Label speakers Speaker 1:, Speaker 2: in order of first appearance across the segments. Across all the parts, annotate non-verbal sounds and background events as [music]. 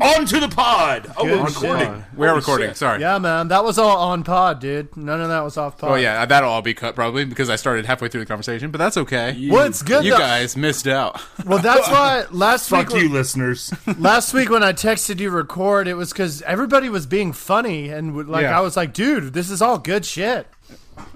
Speaker 1: Welcome to the pod. Oh,
Speaker 2: Good
Speaker 1: we're recording.
Speaker 2: shit.
Speaker 3: We are
Speaker 1: Holy
Speaker 3: recording.
Speaker 1: shit.
Speaker 3: Sorry.
Speaker 2: Yeah, man, that was all on pod, dude. None of that was off pod.
Speaker 3: Oh yeah, that'll all be cut probably because I started halfway through the conversation, but that's okay.
Speaker 2: Well, it's good.
Speaker 3: You
Speaker 2: though-
Speaker 3: guys missed out.
Speaker 2: [laughs]
Speaker 3: [laughs]
Speaker 2: Well, that's why last week.
Speaker 1: Fuck you, listeners.
Speaker 2: Last week when I texted you record, it was because everybody was being funny and would- like
Speaker 3: Yeah.
Speaker 2: I was like, dude, this is all good shit.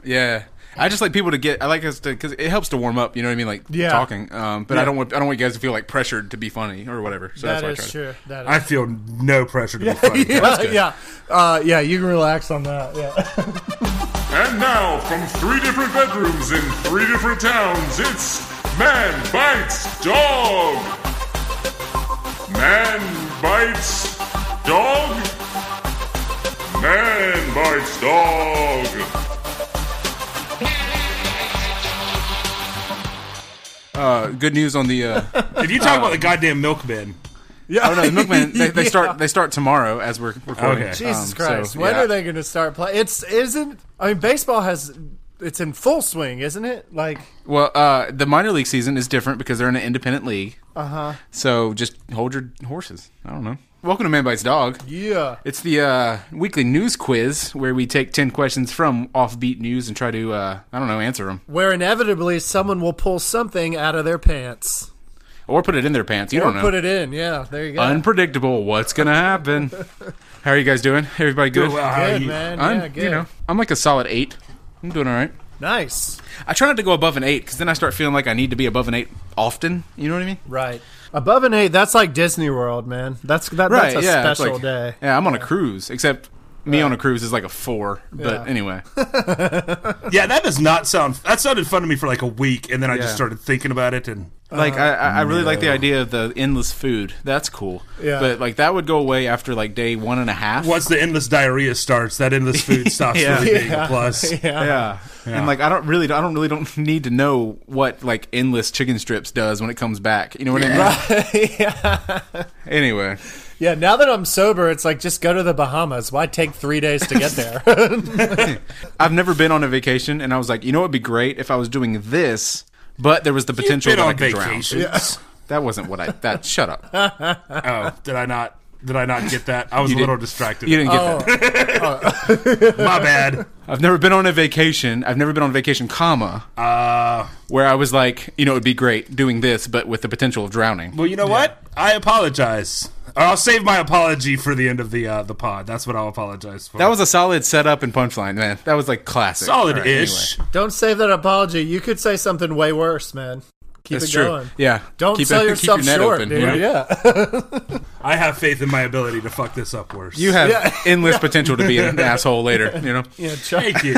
Speaker 3: Yeah. I just like people to get. I like us to because it helps to warm up. You know what I mean? Like
Speaker 2: Yeah.
Speaker 3: talking. Um, but I don't want. I don't want you guys to feel like pressured to be funny or whatever. So
Speaker 2: That
Speaker 3: that's
Speaker 2: is
Speaker 3: why
Speaker 2: true. That
Speaker 1: I
Speaker 2: is.
Speaker 1: feel no pressure to be funny.
Speaker 3: [laughs]
Speaker 2: yeah, [laughs] yeah, uh, yeah. You can relax on that. Yeah.
Speaker 3: [laughs]
Speaker 4: And now, from three different bedrooms in three different towns, it's Man Bites Dog! Man Bites Dog! Man Bites Dog!
Speaker 3: I tried. Uh, good news on the. Uh,
Speaker 1: If you talk about the goddamn milkman,
Speaker 2: yeah.
Speaker 3: oh no, the milkman. They,
Speaker 2: [laughs]
Speaker 3: they
Speaker 2: Yeah.
Speaker 3: start. They start tomorrow as we're recording.
Speaker 1: Okay.
Speaker 2: Jesus
Speaker 3: Um, so,
Speaker 2: Christ! when
Speaker 3: yeah.
Speaker 2: are they going to start playing? It's isn't. I mean, baseball has. It's in full swing, isn't it? Like,
Speaker 3: Well, uh, the minor league season is different because they're in an independent league. Uh
Speaker 2: Uh-huh.
Speaker 3: huh. So just hold your horses. I don't know. Welcome to Man Bites Dog.
Speaker 2: yeah.
Speaker 3: It's the uh, weekly news quiz where we take 10 questions from offbeat news and try to, uh, I don't know, answer them.
Speaker 2: Where inevitably someone will pull something out of their pants
Speaker 3: Or put it in their pants. You
Speaker 2: or
Speaker 3: don't know.
Speaker 2: put it in. Yeah, there you go.
Speaker 3: Unpredictable. What's going
Speaker 2: [laughs]
Speaker 3: to happen? How are you guys doing? Everybody good?
Speaker 1: well, how are
Speaker 2: good
Speaker 1: you?
Speaker 2: man.
Speaker 3: I'm,
Speaker 2: yeah, good.
Speaker 3: You know, I'm like a solid eight. I'm doing all right.
Speaker 2: Nice.
Speaker 3: I try not to go above an eight because then I start feeling like I need to be above an eight often. You know what I mean?
Speaker 2: Right. Above an eight, that's like Disney World, man. That's that,
Speaker 3: Right.
Speaker 2: that's a
Speaker 3: yeah. it's
Speaker 2: special
Speaker 3: like- [laughs]
Speaker 2: day.
Speaker 3: Yeah, I'm on a cruise, except me on a cruise is like a four. But
Speaker 2: Yeah.
Speaker 3: anyway.
Speaker 1: Yeah, that does not sound. That sounded fun to me for like a week, and then I just
Speaker 3: Yeah.
Speaker 1: started thinking about it. And
Speaker 3: Like I, I I really like the idea of the endless food. That's cool.
Speaker 2: Yeah.
Speaker 3: But like that would go away after like day one and a half.
Speaker 1: once the endless diarrhea starts, that endless food
Speaker 3: [laughs]
Speaker 1: stops
Speaker 3: Yeah.
Speaker 1: really being a plus.
Speaker 2: Yeah.
Speaker 3: Yeah. And like I don't really I don't really don't [laughs] need to know what like endless chicken strips does when it comes back. You know what I mean?
Speaker 2: yeah.
Speaker 3: [laughs] Anyway.
Speaker 2: Yeah, now that I'm sober, it's like just go to the Bahamas. Why take three days to get there? [laughs]
Speaker 3: I've never been on a vacation and I was like, you know what would be great if I was doing this but there was the
Speaker 1: You've
Speaker 3: potential
Speaker 1: been
Speaker 3: that I
Speaker 1: on
Speaker 3: could drown.
Speaker 1: vacations.
Speaker 3: That wasn't what I that shut up.
Speaker 1: [laughs] Oh, did I not? Did I not get that? I was a little distracted.
Speaker 3: You didn't get that.
Speaker 2: Oh.
Speaker 1: My bad.
Speaker 3: I've never been on a vacation. I've never been on vacation, comma,
Speaker 1: Uh,
Speaker 3: where I was like, you know, it'd be great doing this, but with the potential of drowning.
Speaker 1: well, you know what? I apologize. Or I'll save my apology for the end of the uh, the pod. That's what I'll apologize for.
Speaker 3: That was a solid setup and punchline, man. That was like classic.
Speaker 1: solid
Speaker 3: All right,
Speaker 1: ish.
Speaker 2: Don't save that apology. You could say something way worse, man. Keep
Speaker 3: That's
Speaker 2: it
Speaker 3: true.
Speaker 2: going.
Speaker 3: Yeah.
Speaker 2: Don't
Speaker 3: Keep it- [laughs]
Speaker 2: sell
Speaker 3: keep
Speaker 2: yourself
Speaker 3: your net
Speaker 2: short,
Speaker 3: open,
Speaker 2: dude.
Speaker 3: you know? [laughs]
Speaker 2: Yeah.
Speaker 1: I have faith in my ability to fuck this up worse.
Speaker 3: You have
Speaker 2: Yeah.
Speaker 3: endless potential to be
Speaker 2: [laughs]
Speaker 3: an asshole later, you know?
Speaker 2: yeah try-
Speaker 1: Thank
Speaker 3: [laughs]
Speaker 1: you.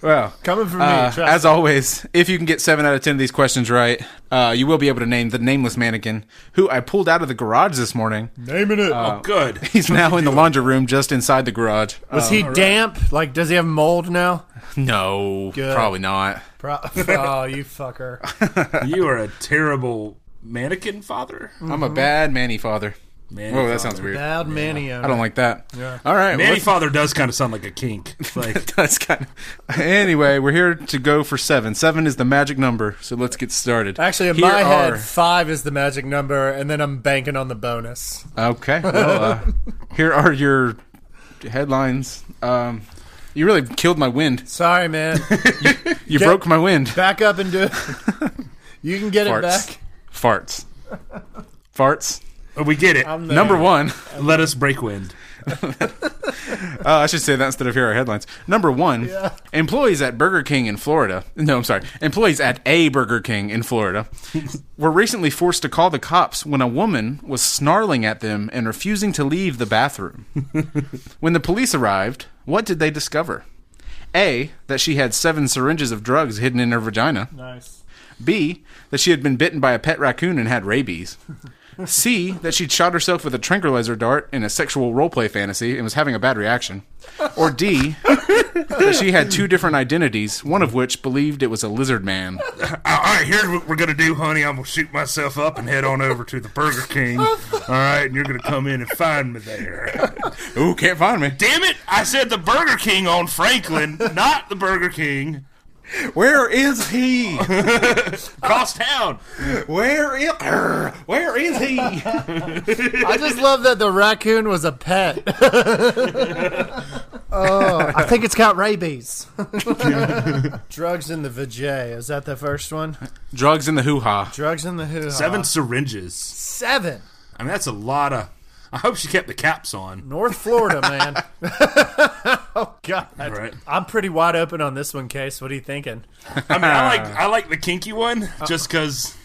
Speaker 3: Well,
Speaker 2: Coming from
Speaker 3: uh,
Speaker 2: me. Trust
Speaker 3: as always, if you can get seven out of ten of these questions right, uh, you will be able to name the nameless mannequin who I pulled out of the garage this morning.
Speaker 2: naming it.
Speaker 3: Uh, Oh.
Speaker 1: Good.
Speaker 3: He's now in the laundry room just inside the garage. Uh,
Speaker 2: Was he damp? Like, does he have mold
Speaker 3: [laughs]
Speaker 2: now?
Speaker 3: No,
Speaker 2: Good.
Speaker 3: probably not.
Speaker 2: Pro- [laughs] oh, you
Speaker 3: [laughs]
Speaker 2: fucker.
Speaker 1: You are a terrible mannequin father.
Speaker 3: I'm a bad manny father.
Speaker 1: Manny
Speaker 3: Whoa, Oh, that
Speaker 1: father.
Speaker 3: sounds weird.
Speaker 2: Mm-hmm. Bad mania.
Speaker 3: I don't like that. All right.
Speaker 1: Manny
Speaker 3: well,
Speaker 1: father does kind of sound like a kink. It's Like
Speaker 3: [laughs] that's kind of. Anyway, we're here to go for seven. Seven is the magic number, so let's get started.
Speaker 2: Actually, in
Speaker 3: Here
Speaker 2: my
Speaker 3: are-
Speaker 2: head, five is the magic number, and then I'm banking on the bonus.
Speaker 3: Okay.
Speaker 2: [laughs]
Speaker 3: Well, uh, here are your headlines. Um, you really killed my wind.
Speaker 2: Sorry, [laughs] man.
Speaker 3: You broke my wind.
Speaker 2: Back up and do it. You can get it
Speaker 3: Farts.
Speaker 2: back. [laughs]
Speaker 3: Farts. Farts.
Speaker 1: we get it.
Speaker 2: I'm the-
Speaker 3: Number one.
Speaker 1: Let us break wind.
Speaker 3: Uh, I should say that instead of here are headlines. Number one. Employees at Burger King in Florida. No, I'm sorry. Employees at a Burger King in Florida were recently forced to call the cops when a woman was snarling at them and refusing to leave the bathroom. when the police arrived, what did they discover? A. That she had seven syringes of drugs hidden in her vagina.
Speaker 2: Nice.
Speaker 3: B. That she had been bitten by a pet raccoon and had rabies. C. That she'd shot herself with a tranquilizer dart in a sexual roleplay fantasy and was having a bad reaction. Or D. that she had two different identities, one of which believed it was a lizard man.
Speaker 4: All right, here's what we're gonna do, honey. I'm gonna shoot myself up and head on over to the Burger King. All right, and you're gonna come in and find me there.
Speaker 3: Ooh, can't find me.
Speaker 1: Damn it! I said the Burger King on Franklin, not the Burger King
Speaker 3: Where is he?
Speaker 1: Cross town.
Speaker 3: Where is Where is he?
Speaker 2: I just love that the raccoon was a pet. [laughs] oh, I think it's got rabies. [laughs] Drugs in the vajay. Is that the first one?
Speaker 3: Drugs in the hoo ha.
Speaker 2: Drugs in the hoo.
Speaker 1: Seven syringes.
Speaker 2: Seven.
Speaker 1: I mean, that's a lot of. I hope she kept the caps on.
Speaker 2: North Florida, man. [laughs] oh God.
Speaker 1: Right.
Speaker 2: I'm pretty wide open on this one, Case. What are you thinking?
Speaker 1: I mean, I like I like the kinky one
Speaker 4: Uh-uh.
Speaker 1: just because.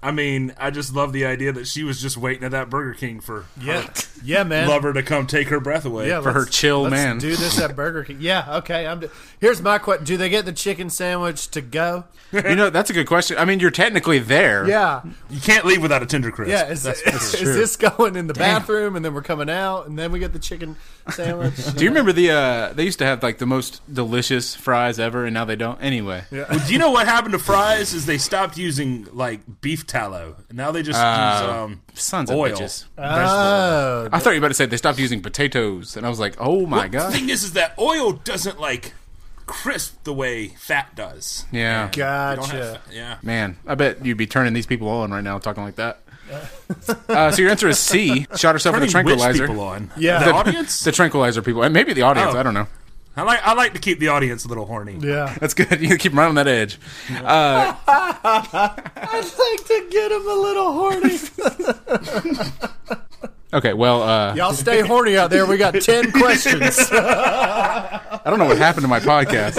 Speaker 1: I mean, I just love the idea that she was just waiting at that Burger King for
Speaker 2: Yeah. Yeah, man.
Speaker 1: lover to come take her breath away.
Speaker 2: yeah,
Speaker 3: for her
Speaker 2: let's-
Speaker 3: chill
Speaker 2: let's
Speaker 3: man.
Speaker 2: Do this at Burger King. Yeah, okay. I'm. d- Here's my question: Do they get the chicken sandwich to go?
Speaker 3: You know, that's a good question. I mean, you're technically there.
Speaker 2: Yeah,
Speaker 1: You can't leave without a tender crisp.
Speaker 2: yeah. Is, [laughs] is, is this going in the bathroom, and then we're coming out, and then we get the chicken
Speaker 3: [laughs]
Speaker 2: sandwich?
Speaker 3: Do you remember the uh they used to have like the most delicious fries ever and now they don't anyway.
Speaker 1: Well, do you know what happened to fries? Is they stopped using like beef tallow, and now they just use um,
Speaker 3: Oh. sons of
Speaker 1: oil.
Speaker 3: bitches.
Speaker 2: oh,
Speaker 3: I thought you were about to say they stopped using potatoes and I was like, "Oh my
Speaker 1: The [laughs]
Speaker 3: god."
Speaker 1: thing is, is that oil doesn't like crisp the way fat does.
Speaker 3: Yeah.
Speaker 1: Don't have
Speaker 2: gotcha.
Speaker 1: fat- Yeah.
Speaker 3: Man, I bet you'd be turning these people on right now talking like that. Uh, so your answer is C. Shot herself with a
Speaker 1: Turning which
Speaker 3: tranquilizer.
Speaker 1: people on?
Speaker 2: Yeah.
Speaker 1: The,
Speaker 2: The-
Speaker 1: audience.
Speaker 3: The tranquilizer people, and maybe the audience.
Speaker 1: Oh.
Speaker 3: I don't know.
Speaker 1: I like I like to keep the audience a little horny.
Speaker 2: Yeah,
Speaker 3: That's good. [laughs] You keep them right on that edge. Uh,
Speaker 2: [laughs] I'd like to get him a little
Speaker 3: [laughs]
Speaker 2: horny.
Speaker 3: okay, well, uh,
Speaker 2: Y'all stay horny out there. We got
Speaker 3: [laughs]
Speaker 2: ten questions.
Speaker 3: I don't know what happened to my podcast.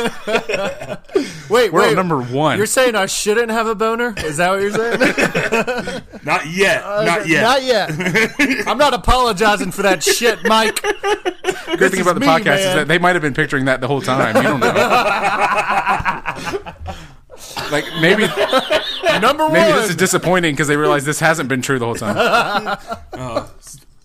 Speaker 2: Wait,
Speaker 3: We're
Speaker 2: wait.
Speaker 3: on number one.
Speaker 2: You're saying I shouldn't have a boner? Is that what you're saying?
Speaker 3: [laughs]
Speaker 1: Not yet.
Speaker 2: Uh,
Speaker 1: not yet.
Speaker 2: Not yet. I'm not apologizing for that shit,
Speaker 3: [laughs]
Speaker 2: Mike.
Speaker 3: Good
Speaker 2: is
Speaker 3: thing about the
Speaker 2: me,
Speaker 3: podcast is
Speaker 2: man.
Speaker 3: that they might have been picturing that the whole time. You don't know. like maybe
Speaker 2: Number one.
Speaker 3: maybe
Speaker 2: [laughs]
Speaker 3: this is disappointing because they realize this hasn't been true the whole time.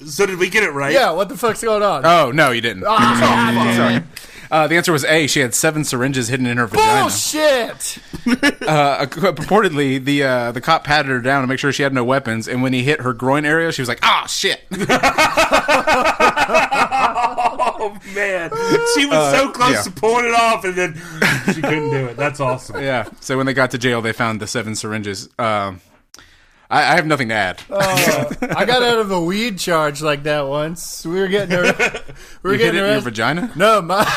Speaker 1: So did we get it right?
Speaker 2: yeah, what the fuck's going on?
Speaker 3: Oh no, you didn't.
Speaker 2: Ah.
Speaker 3: Sorry. Uh, the answer was A. She had seven syringes hidden in her vagina. [laughs]
Speaker 2: Bullshit.
Speaker 3: Uh, purportedly, the uh, the cop patted her down to make sure she had no weapons, and when he hit her groin area, she was like, "Ah,
Speaker 2: [laughs]
Speaker 3: shit!"
Speaker 1: [laughs] Oh man,
Speaker 2: Uh,
Speaker 1: she was so close
Speaker 3: uh, yeah.
Speaker 1: to pulling it off, and then she couldn't do it. That's awesome.
Speaker 3: Yeah. So when they got to jail, they found the seven syringes. Um, I, I have nothing to add.
Speaker 2: Oh, I got out of a weed charge like that once. We were getting her. We were
Speaker 3: you hit
Speaker 2: getting
Speaker 3: it in your
Speaker 2: her.
Speaker 3: vagina?
Speaker 2: No, my. [laughs]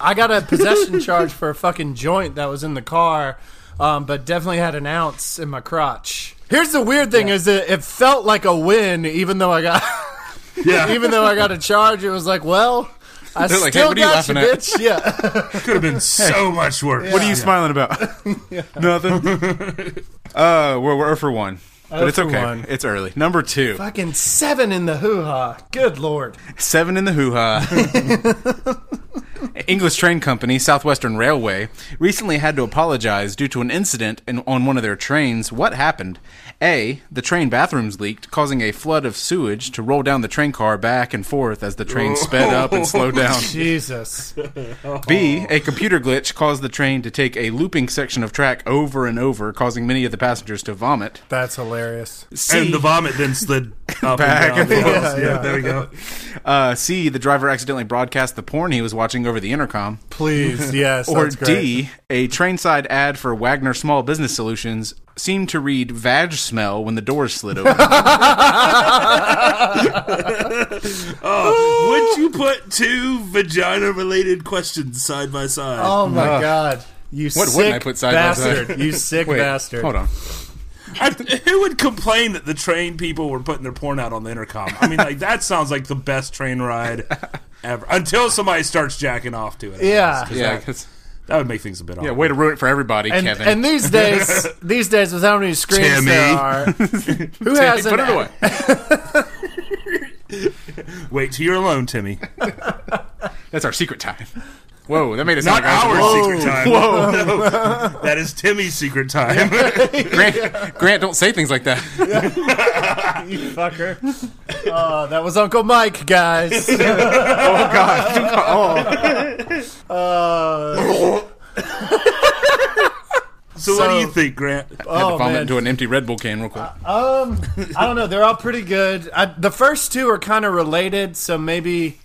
Speaker 2: I got a possession charge for a fucking joint that was in the car, um, but definitely had an ounce in my crotch. Here's the weird thing: is that it felt like a win, even though I got,
Speaker 1: Yeah.
Speaker 2: [laughs] even though I got a charge. It was like, well, I
Speaker 3: [laughs] They're
Speaker 2: still
Speaker 3: like, "Hey, what are you
Speaker 2: got you,
Speaker 3: laughing at?"
Speaker 2: bitch. Yeah, [laughs]
Speaker 1: Could have been so much worse.
Speaker 3: What are you smiling about?
Speaker 2: [laughs]
Speaker 3: Nothing. uh, we're, we're for one. But it's
Speaker 2: Oh for
Speaker 3: okay.
Speaker 2: one.
Speaker 3: It's early. Number two,
Speaker 2: fucking seven in the hoo ha. Good lord.
Speaker 3: seven in the
Speaker 1: [laughs]
Speaker 3: hoo ha. English train company, Southwestern Railway, recently had to apologize due to an incident in, on one of their trains. What happened? A. The train bathrooms leaked, causing a flood of sewage to roll down the train car back and forth as the train sped up and
Speaker 1: [laughs]
Speaker 3: slowed down.
Speaker 2: Jesus.
Speaker 1: Oh,
Speaker 3: B, a computer glitch caused the train to take a looping section of track over and over, causing many of the passengers to vomit.
Speaker 2: That's hilarious.
Speaker 3: C,
Speaker 1: And the vomit then
Speaker 2: [laughs]
Speaker 1: slid up and
Speaker 3: Back
Speaker 1: down.
Speaker 3: and
Speaker 1: the
Speaker 3: forth.
Speaker 1: walls.
Speaker 2: Yeah,
Speaker 1: yeah,
Speaker 2: yeah.
Speaker 1: there we go.
Speaker 3: uh, C, the driver accidentally broadcast the porn he was watching over the intercom.
Speaker 2: Please,
Speaker 3: [laughs]
Speaker 2: yes.
Speaker 3: Or
Speaker 2: that's great.
Speaker 3: D, a trainside ad for Wagner Small Business Solutions seemed to read "vag smell" when the doors slid
Speaker 2: [laughs]
Speaker 3: open.
Speaker 1: Would you put two vagina-related questions side by side?
Speaker 2: Oh my god. You
Speaker 3: What
Speaker 2: sick
Speaker 3: wouldn't I put side by
Speaker 2: bastard.
Speaker 3: side? [laughs]
Speaker 2: You sick
Speaker 3: Wait,
Speaker 2: bastard.
Speaker 3: hold on.
Speaker 1: I, who would complain that the train people were putting their porn out on the intercom? I mean, like that sounds like the best train ride ever. Until somebody starts jacking off to it,
Speaker 2: Yeah.
Speaker 3: Yeah,
Speaker 1: that,
Speaker 3: 'cause-
Speaker 1: that would make things a bit awkward.
Speaker 3: yeah, way to ruin it for everybody,
Speaker 2: And,
Speaker 3: Kevin.
Speaker 2: and these
Speaker 3: [laughs]
Speaker 2: days, these days with how many screens
Speaker 1: Timmy.
Speaker 2: there are, who
Speaker 3: Hey,
Speaker 2: has
Speaker 3: put
Speaker 2: an,
Speaker 3: it away.
Speaker 1: Wait till you're alone, [laughs] Timmy.
Speaker 3: [laughs] That's our secret time. Whoa, that made it sound
Speaker 1: Not
Speaker 3: like I was
Speaker 1: our
Speaker 3: wrong.
Speaker 1: secret time. Whoa, no. [laughs] that is Timmy's secret time.
Speaker 2: [laughs]
Speaker 3: Grant, Grant, don't say things like that. [laughs]
Speaker 2: You fucker. Oh, that was Uncle Mike,
Speaker 3: [laughs]
Speaker 2: guys.
Speaker 1: so, what
Speaker 2: So-
Speaker 1: do you think, Grant?
Speaker 3: had to
Speaker 2: Oh,
Speaker 3: vomit
Speaker 2: man.
Speaker 3: into an empty Red Bull can real quick.
Speaker 2: Um, I don't know. They're all pretty good. I, the first two are kind of related, so maybe,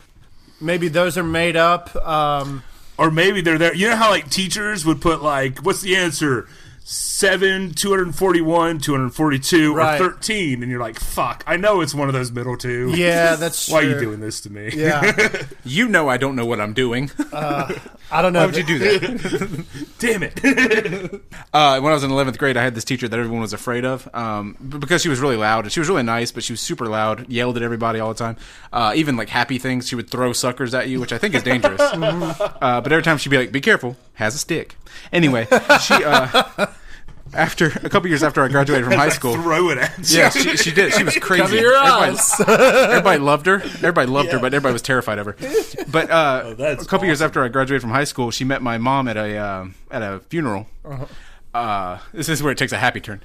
Speaker 2: maybe those are made up. Um,
Speaker 1: or maybe they're there. You know how like teachers would put like, what's the answer? Seven, two hundred forty-one, two hundred forty-two,
Speaker 2: Right.
Speaker 1: or thirteen, and you're like, "Fuck! I know it's one of those middle two. [laughs]
Speaker 2: Yeah, that's
Speaker 1: why are you
Speaker 2: true.
Speaker 1: doing this to me?
Speaker 3: [laughs]
Speaker 2: Yeah,
Speaker 3: You know I don't know what I'm doing. [laughs]
Speaker 2: I don't know.
Speaker 3: Why would you do that?
Speaker 1: [laughs] Damn it!
Speaker 3: [laughs] Uh, when I was in 11th grade, I had this teacher that everyone was afraid of um, b- because she was really loud. and She was really nice, but she was super loud, yelled at everybody all the time. Uh, even like happy things, she would throw suckers at you, which I think is
Speaker 1: [laughs]
Speaker 3: dangerous.
Speaker 1: Mm-hmm.
Speaker 3: uh, but every time she'd be like, be careful, has a stick. Anyway, she. Uh, [laughs] After a couple years after I graduated
Speaker 1: [laughs]
Speaker 3: from high school,
Speaker 1: Throw it at you.
Speaker 3: [laughs] Yeah, she, she did. She was crazy.
Speaker 2: Cover your
Speaker 3: everybody,
Speaker 2: eyes.
Speaker 3: everybody loved her. Everybody loved her, but everybody was terrified of her.
Speaker 2: [laughs]
Speaker 3: But uh,
Speaker 2: Oh,
Speaker 3: a
Speaker 1: that's
Speaker 3: couple years after I graduated from high school, she met my mom at a uh, at a funeral.
Speaker 2: Uh-huh.
Speaker 3: uh this is where it takes a happy turn,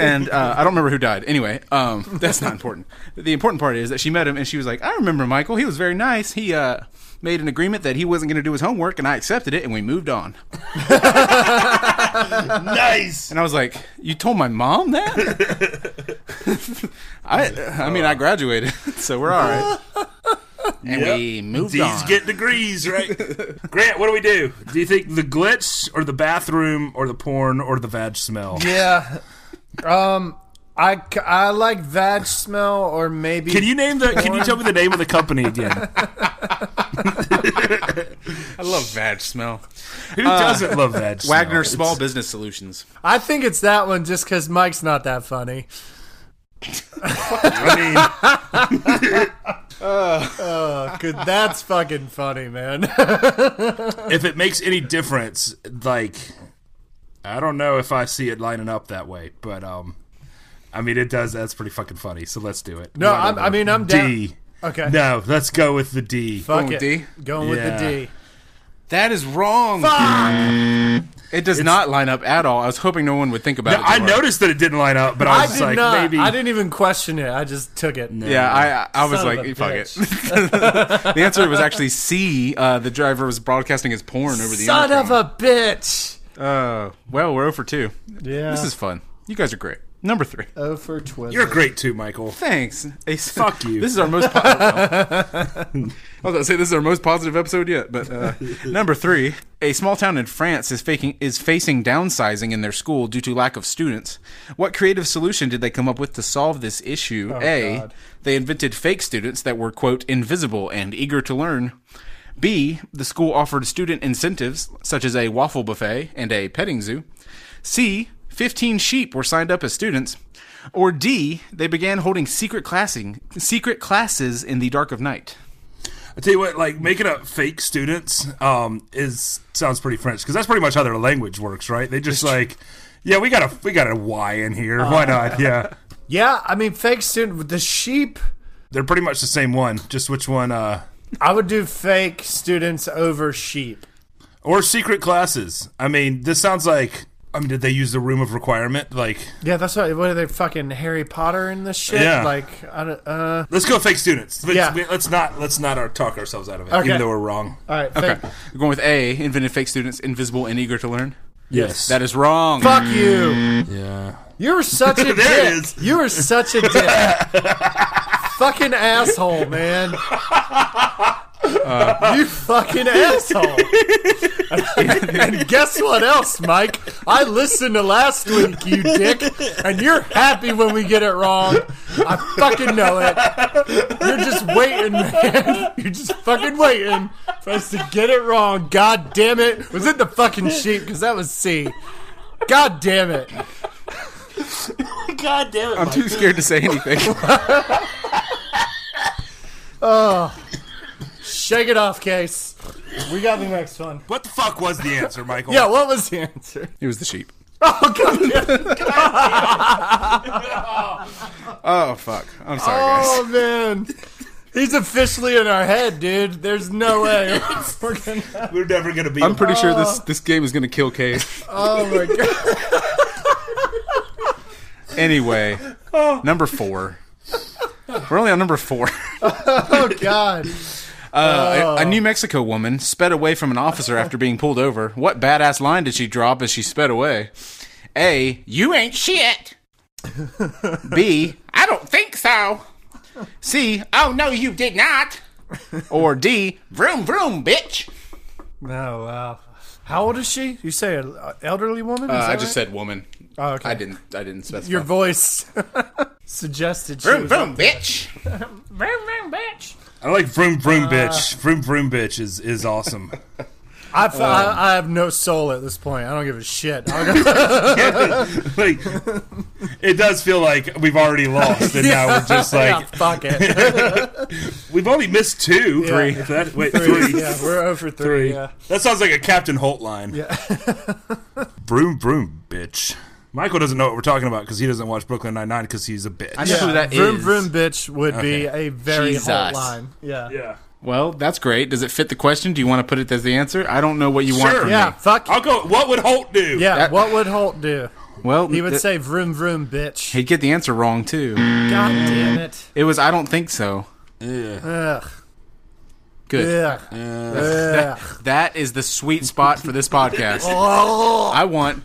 Speaker 3: and uh, I don't remember who died. Anyway, um, that's not important. The important part is that she met him, and she was like, "I remember Michael. He was very nice. He uh, made an agreement that he wasn't going to do his homework, and I accepted it, and we moved on."
Speaker 1: [laughs] Nice.
Speaker 3: And I was like, "You told my mom that?" I, I mean, I graduated, [laughs] so we're all right. And
Speaker 1: Yep.
Speaker 3: we moved
Speaker 1: D's
Speaker 3: on.
Speaker 1: get degrees,
Speaker 2: [laughs]
Speaker 1: right? Grant, what do we do? Do you think the glitz or the bathroom or the porn or the vag smell?
Speaker 2: Yeah. Um, I, c- I like vag smell or maybe.
Speaker 1: Can you name the? Can you tell me the name of the company
Speaker 2: [laughs]
Speaker 1: again?
Speaker 3: I love vag smell.
Speaker 1: Who
Speaker 2: Uh,
Speaker 1: doesn't love vag smell?
Speaker 3: Wagner
Speaker 1: It's-
Speaker 3: Small Business Solutions.
Speaker 2: I think it's that one just because Mike's not that funny.
Speaker 1: I mean,
Speaker 2: Uh, 'cause that's fucking funny, man. [laughs]
Speaker 1: if it makes any difference, like I don't know if I see it lining up that way, but um, I mean it does. That's pretty fucking funny. So let's do it.
Speaker 2: No, I'm, I mean I'm down.
Speaker 1: D.
Speaker 2: Okay.
Speaker 1: No, let's go with the D.
Speaker 2: Fuck
Speaker 3: Going
Speaker 2: it.
Speaker 3: with D?
Speaker 2: Going with the
Speaker 1: Yeah.
Speaker 2: D.
Speaker 3: That is wrong. It does not line up at all. I was hoping no one would think about
Speaker 1: No,
Speaker 3: it.
Speaker 1: I
Speaker 3: too hard.
Speaker 1: noticed that it didn't line up, but I
Speaker 2: I
Speaker 1: was
Speaker 2: did
Speaker 1: just like,
Speaker 2: not.
Speaker 1: maybe
Speaker 2: I didn't even question it. I just took it.
Speaker 3: Yeah, I I I was
Speaker 2: Son of a
Speaker 3: like, fuck it.
Speaker 2: bitch.
Speaker 3: The answer was actually C. Uh, the driver was broadcasting his porn [laughs] over the
Speaker 2: Son of
Speaker 3: intercom.
Speaker 2: a bitch.
Speaker 3: Uh, well, we're 0 for two.
Speaker 2: Yeah.
Speaker 3: This is fun. You guys are great. Number three.
Speaker 2: oh for twelve.
Speaker 1: you're great too, Michael.
Speaker 3: Thanks.
Speaker 1: Fuck you.
Speaker 3: This is our most. Po- I was about to say this is our most positive episode yet, but uh, number three, a small town in France is faking is facing downsizing in their school due to lack of students. What creative solution did they come up with to solve this issue? a,
Speaker 2: God.
Speaker 3: they invented fake students that were quote invisible and eager to learn. B, the school offered student incentives such as a waffle buffet and a petting zoo. C, 15 sheep were signed up as students. Or D, they began holding secret classing, secret classes in the dark of night.
Speaker 1: I tell you what, like making up fake students um, is sounds pretty French because that's pretty much how their language works, right? They just like, yeah, we got a we got a Y in here.
Speaker 2: Uh.
Speaker 1: Why not? Yeah,
Speaker 2: Yeah, I mean fake student with the sheep.
Speaker 1: they're pretty much the same one. Just which one? Uh,
Speaker 2: I would do fake students over sheep.
Speaker 1: or secret classes? I mean, this sounds like. I mean, did they use the room of requirement? Like,
Speaker 2: Yeah, that's what. What are they fucking Harry Potter in this shit?
Speaker 1: Yeah.
Speaker 2: Like, I don't, uh,
Speaker 1: let's go fake students. Let's,
Speaker 2: Yeah.
Speaker 1: we- let's not let's not our, talk ourselves out of it,
Speaker 2: Okay.
Speaker 1: even though we're wrong.
Speaker 2: all right.
Speaker 3: Okay.
Speaker 2: Fake.
Speaker 3: We're going with A, invented fake students, invisible and eager to learn.
Speaker 1: Yes,
Speaker 3: That is wrong.
Speaker 2: Fuck you.
Speaker 1: yeah.
Speaker 2: You're such
Speaker 1: [laughs]
Speaker 2: a
Speaker 1: There it
Speaker 2: dick.
Speaker 1: is.
Speaker 2: You are such a dick.
Speaker 1: [laughs]
Speaker 2: fucking asshole, man. you
Speaker 1: [laughs]
Speaker 2: fucking asshole. and guess what else, Mike? I listened to last week, you dick, and you're happy when we get it wrong. I fucking know it. You're just waiting, man. You're just fucking waiting for us to get it wrong. God damn it. Was it the fucking sheep? Because that was C. God damn it.
Speaker 1: God damn it!
Speaker 3: I'm too scared to say
Speaker 2: [laughs]
Speaker 3: anything.
Speaker 2: Shake it off, Case. We got the next one.
Speaker 1: What the fuck was the answer, Michael?
Speaker 2: Yeah, what was the answer?
Speaker 3: it was the sheep.
Speaker 2: [laughs] Oh, God. yeah. [laughs]
Speaker 3: [laughs] Oh fuck. I'm sorry,
Speaker 2: [laughs]
Speaker 3: guys.
Speaker 2: Oh, man. He's officially in our head, dude. There's no way. [laughs] We're gonna-
Speaker 1: we're never gonna be.
Speaker 3: I'm pretty sure this this game is gonna kill Case.
Speaker 2: [laughs] Oh, my God.
Speaker 3: Anyway, number four. We're only on
Speaker 2: [laughs]
Speaker 3: number four.
Speaker 2: Oh, God.
Speaker 3: Uh, a,
Speaker 2: Oh.
Speaker 3: a New Mexico woman sped away from an officer after being pulled over. What badass line did she drop as she sped away? A. You ain't shit. B. I don't think so. C. Oh no, you did not. Or D. Vroom vroom, bitch.
Speaker 2: No, wow. How old is she? You say an elderly woman? Is
Speaker 3: Uh,
Speaker 2: that
Speaker 3: I just
Speaker 2: right?
Speaker 3: said woman.
Speaker 2: Oh, okay.
Speaker 3: I didn't. I didn't specify.
Speaker 2: your voice [laughs] suggested she
Speaker 3: Boom,
Speaker 2: was
Speaker 3: boom, bitch.
Speaker 1: I like vroom
Speaker 2: Uh.
Speaker 1: vroom bitch. Vroom vroom bitch is is awesome. [laughs]
Speaker 2: I, f- I, I have no soul at this point. I don't give a [laughs] shit. I don't-
Speaker 1: like it does feel like we've already lost,
Speaker 2: [laughs]
Speaker 1: and now we're just like
Speaker 2: yeah, fuck it.
Speaker 1: we've only missed two,
Speaker 2: [laughs] Three.
Speaker 1: If that, wait, three.
Speaker 2: [laughs] yeah, we're over three.
Speaker 1: Three.
Speaker 2: Yeah.
Speaker 1: That sounds like a Captain Holt line.
Speaker 2: [laughs] Yeah.
Speaker 1: broom broom bitch. Michael doesn't know what we're talking about because he doesn't watch Brooklyn Nine Nine because he's a bitch.
Speaker 3: I know who that
Speaker 2: vroom
Speaker 3: is.
Speaker 2: vroom bitch would be a very hot
Speaker 3: Jesus.
Speaker 2: line. Yeah. Yeah.
Speaker 1: yeah,
Speaker 3: Well, that's great. Does it fit the question? Do you want to put it as the answer? I don't know what you want
Speaker 1: Sure.
Speaker 3: from me.
Speaker 2: fuck.
Speaker 1: I'll go. What would Holt do?
Speaker 2: yeah.
Speaker 3: that-
Speaker 2: what would Holt do?
Speaker 3: Well,
Speaker 2: He would
Speaker 3: th-
Speaker 2: say vroom vroom bitch.
Speaker 3: he'd get the answer wrong too.
Speaker 2: God damn it.
Speaker 3: It was I don't think so.
Speaker 1: Uh.
Speaker 2: Ugh.
Speaker 1: [laughs]
Speaker 3: Good.
Speaker 2: Ugh. Ugh.
Speaker 3: That is the sweet spot for this podcast. I want.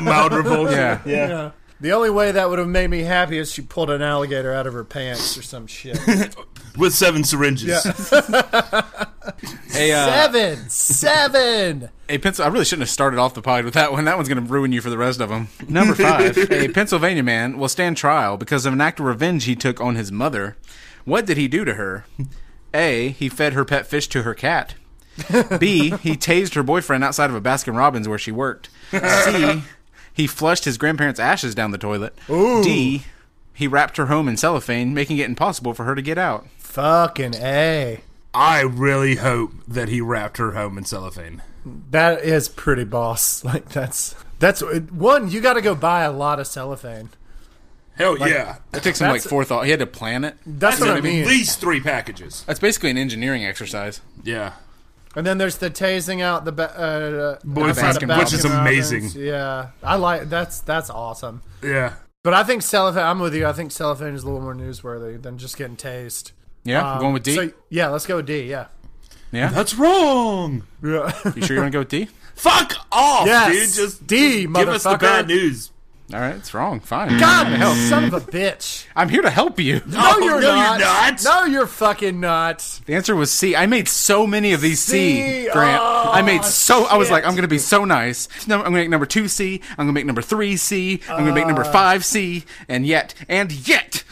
Speaker 1: [laughs] mild revulsion.
Speaker 3: Yeah.
Speaker 2: Yeah. The only way that would have made me happy is she pulled an alligator out of her pants or
Speaker 1: [laughs]
Speaker 2: some shit.
Speaker 1: with seven syringes.
Speaker 3: Hey, uh,
Speaker 2: seven, seven.
Speaker 3: hey, pencil. I really shouldn't have started off the pod with that one. That one's going to ruin you for the rest of them. Number five. a Pennsylvania man will stand trial because of an act of revenge he took on his mother. What did he do to her? A. He fed her pet fish to her cat. B. He tased her boyfriend outside of a Baskin Robbins where she worked. C. He flushed his grandparents' ashes down the toilet. D. He wrapped her home in cellophane, making it impossible for her to get out.
Speaker 2: Fucking a.
Speaker 1: [laughs] I really hope that he wrapped her home in cellophane.
Speaker 2: That is pretty boss. [laughs] Like that's that's one. You got to go buy a lot of cellophane.
Speaker 1: Hell yeah.
Speaker 3: That takes him like
Speaker 2: That's-
Speaker 3: forethought. He had to plan it.
Speaker 2: That's, what I mean.
Speaker 1: At least three packages.
Speaker 3: That's basically an engineering exercise.
Speaker 1: Yeah.
Speaker 2: And then there's the tasing out the ba- uh, uh,
Speaker 1: Boy
Speaker 2: outside of
Speaker 1: Baskin, which is
Speaker 2: Baskin Robbins.
Speaker 1: amazing.
Speaker 2: Yeah, I like that's that's awesome.
Speaker 1: Yeah.
Speaker 2: But I think cellophane. I'm with you. I think cellophane is a little more newsworthy than just getting tased.
Speaker 3: Yeah,
Speaker 2: Um,
Speaker 3: going with D.
Speaker 2: So, yeah, let's go with D. Yeah.
Speaker 3: yeah,
Speaker 1: That's wrong.
Speaker 2: Yeah.
Speaker 3: you sure you want to go with D?
Speaker 1: Fuck off,
Speaker 2: Yes.
Speaker 1: dude. Just
Speaker 2: D,
Speaker 1: give us the
Speaker 2: motherfucker.
Speaker 1: bad news.
Speaker 3: [laughs] All right, it's wrong.
Speaker 2: [laughs]
Speaker 3: Fine.
Speaker 2: God, son of a bitch.
Speaker 3: I'm here to help you.
Speaker 2: [laughs] No,
Speaker 1: Oh,
Speaker 2: you're,
Speaker 1: no,
Speaker 2: not.
Speaker 1: you're not.
Speaker 2: No, you're fucking not.
Speaker 3: [laughs] The answer was C. I made so many of these C,
Speaker 2: C.
Speaker 3: Grant.
Speaker 2: Oh,
Speaker 3: I made so. I was
Speaker 2: shit.
Speaker 3: like, I'm gonna be so nice. No, I'm gonna make number two C. I'm gonna make number three C. I'm gonna make number five C. And yet, and yet.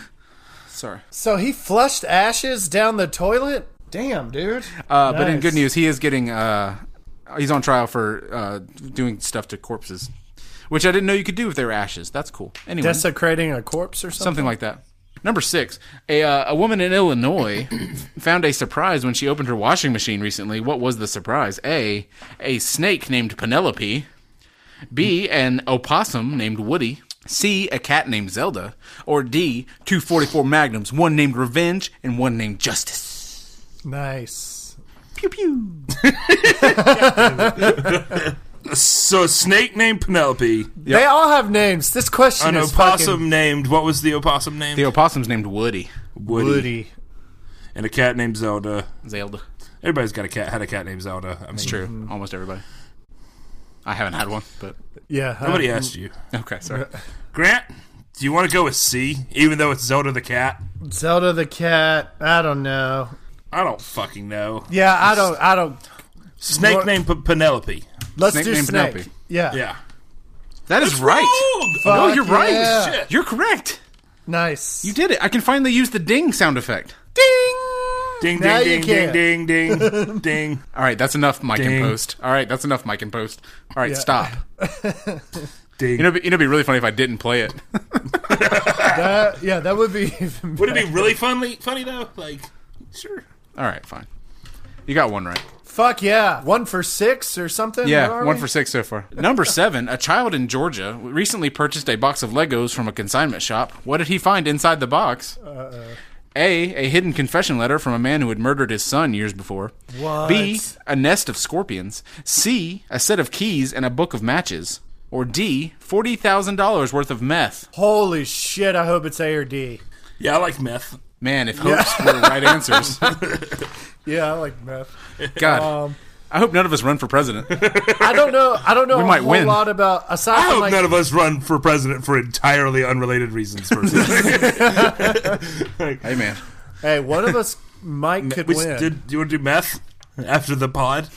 Speaker 3: Sorry.
Speaker 2: So he flushed ashes down the toilet. Damn, dude.
Speaker 3: Uh, But in
Speaker 2: Nice.
Speaker 3: good news, he is getting. Uh, he's on trial for uh, doing stuff to corpses, which I didn't know you could do if they were ashes. That's cool. Anyway,
Speaker 2: Desecrating a corpse or something.
Speaker 3: something like that. Number six, a, uh, a woman in Illinois [coughs] found a surprise when she opened her washing machine recently. What was the surprise? A, a snake named Penelope. B, an opossum named Woody. C, a cat named Zelda. Or D, two 44 Magnums, one named Revenge and one named Justice.
Speaker 2: Nice.
Speaker 3: Pew pew.
Speaker 1: So a snake named Penelope,
Speaker 2: They all have names. This question
Speaker 1: an
Speaker 2: is
Speaker 1: opossum
Speaker 2: fucking
Speaker 1: named what was the opossum named?
Speaker 3: The opossum's named Woody.
Speaker 1: Woody.
Speaker 2: Woody.
Speaker 1: And a cat named Zelda.
Speaker 3: Zelda. Mm-hmm.
Speaker 1: Everybody's got a cat had a cat named Zelda. I mean,
Speaker 3: It's true. Almost everybody. I haven't had one, but.
Speaker 2: Yeah. huh?
Speaker 1: Nobody asked you.
Speaker 3: Okay, sorry.
Speaker 1: Grant, do you want to go with C, even though it's Zelda the cat?
Speaker 2: Zelda the cat. I don't know.
Speaker 1: I don't fucking know.
Speaker 2: Yeah, I don't. I don't.
Speaker 1: Snake
Speaker 2: What-
Speaker 1: named P- Penelope.
Speaker 2: Let's
Speaker 3: Snake
Speaker 2: do
Speaker 3: named
Speaker 2: snake.
Speaker 3: Penelope.
Speaker 2: Yeah.
Speaker 1: Yeah.
Speaker 3: That is right.
Speaker 1: Wrong!
Speaker 3: No,
Speaker 2: Fuck
Speaker 3: you're right.
Speaker 2: yeah.
Speaker 1: Shit.
Speaker 3: You're correct.
Speaker 2: Nice.
Speaker 3: You did it. I can finally use the ding sound effect.
Speaker 1: Ding
Speaker 2: Now
Speaker 1: ding
Speaker 2: you
Speaker 1: ding ding ding ding ding.
Speaker 3: All right, that's enough, Mike
Speaker 1: Ding.
Speaker 3: and Post. All right, that's enough, Mike and Post. All right, stop.
Speaker 1: Ding.
Speaker 3: You know, it'd be really funny if I didn't play it. [laughs]
Speaker 2: That- Uh, yeah, that would be. [laughs] Even
Speaker 1: Would it be really funny? Funny though, like sure.
Speaker 3: All right, fine. You got one right.
Speaker 2: Fuck yeah. One for six or something? Where
Speaker 3: Yeah,
Speaker 2: are
Speaker 3: one
Speaker 2: we?
Speaker 3: for six so far. Number seven, a child in Georgia recently purchased a box of Legos from a consignment shop. What did he find inside the box? A, a hidden confession letter from a man who had murdered his son years before.
Speaker 2: What?
Speaker 3: B, a nest of scorpions. C, a set of keys and a book of matches. Or D, $40,000 worth of meth.
Speaker 2: Holy shit, I hope it's A or D.
Speaker 1: Yeah, I like meth.
Speaker 3: Man, if hopes were right
Speaker 2: [laughs]
Speaker 3: answers.
Speaker 2: Um, Yeah, I like meth.
Speaker 3: God. I hope none of us run for
Speaker 2: [laughs]
Speaker 3: president.
Speaker 2: I
Speaker 3: [laughs]
Speaker 2: don't know. I don't know a
Speaker 3: might
Speaker 2: whole
Speaker 3: win.
Speaker 2: lot about aside
Speaker 1: I
Speaker 2: from
Speaker 1: hope
Speaker 2: like
Speaker 1: none of us run for president for entirely unrelated reasons. First, [laughs]
Speaker 3: hey, man.
Speaker 2: hey, one of us might could
Speaker 1: we [laughs]
Speaker 2: win.
Speaker 1: did. Do you want to do meth? after the pod.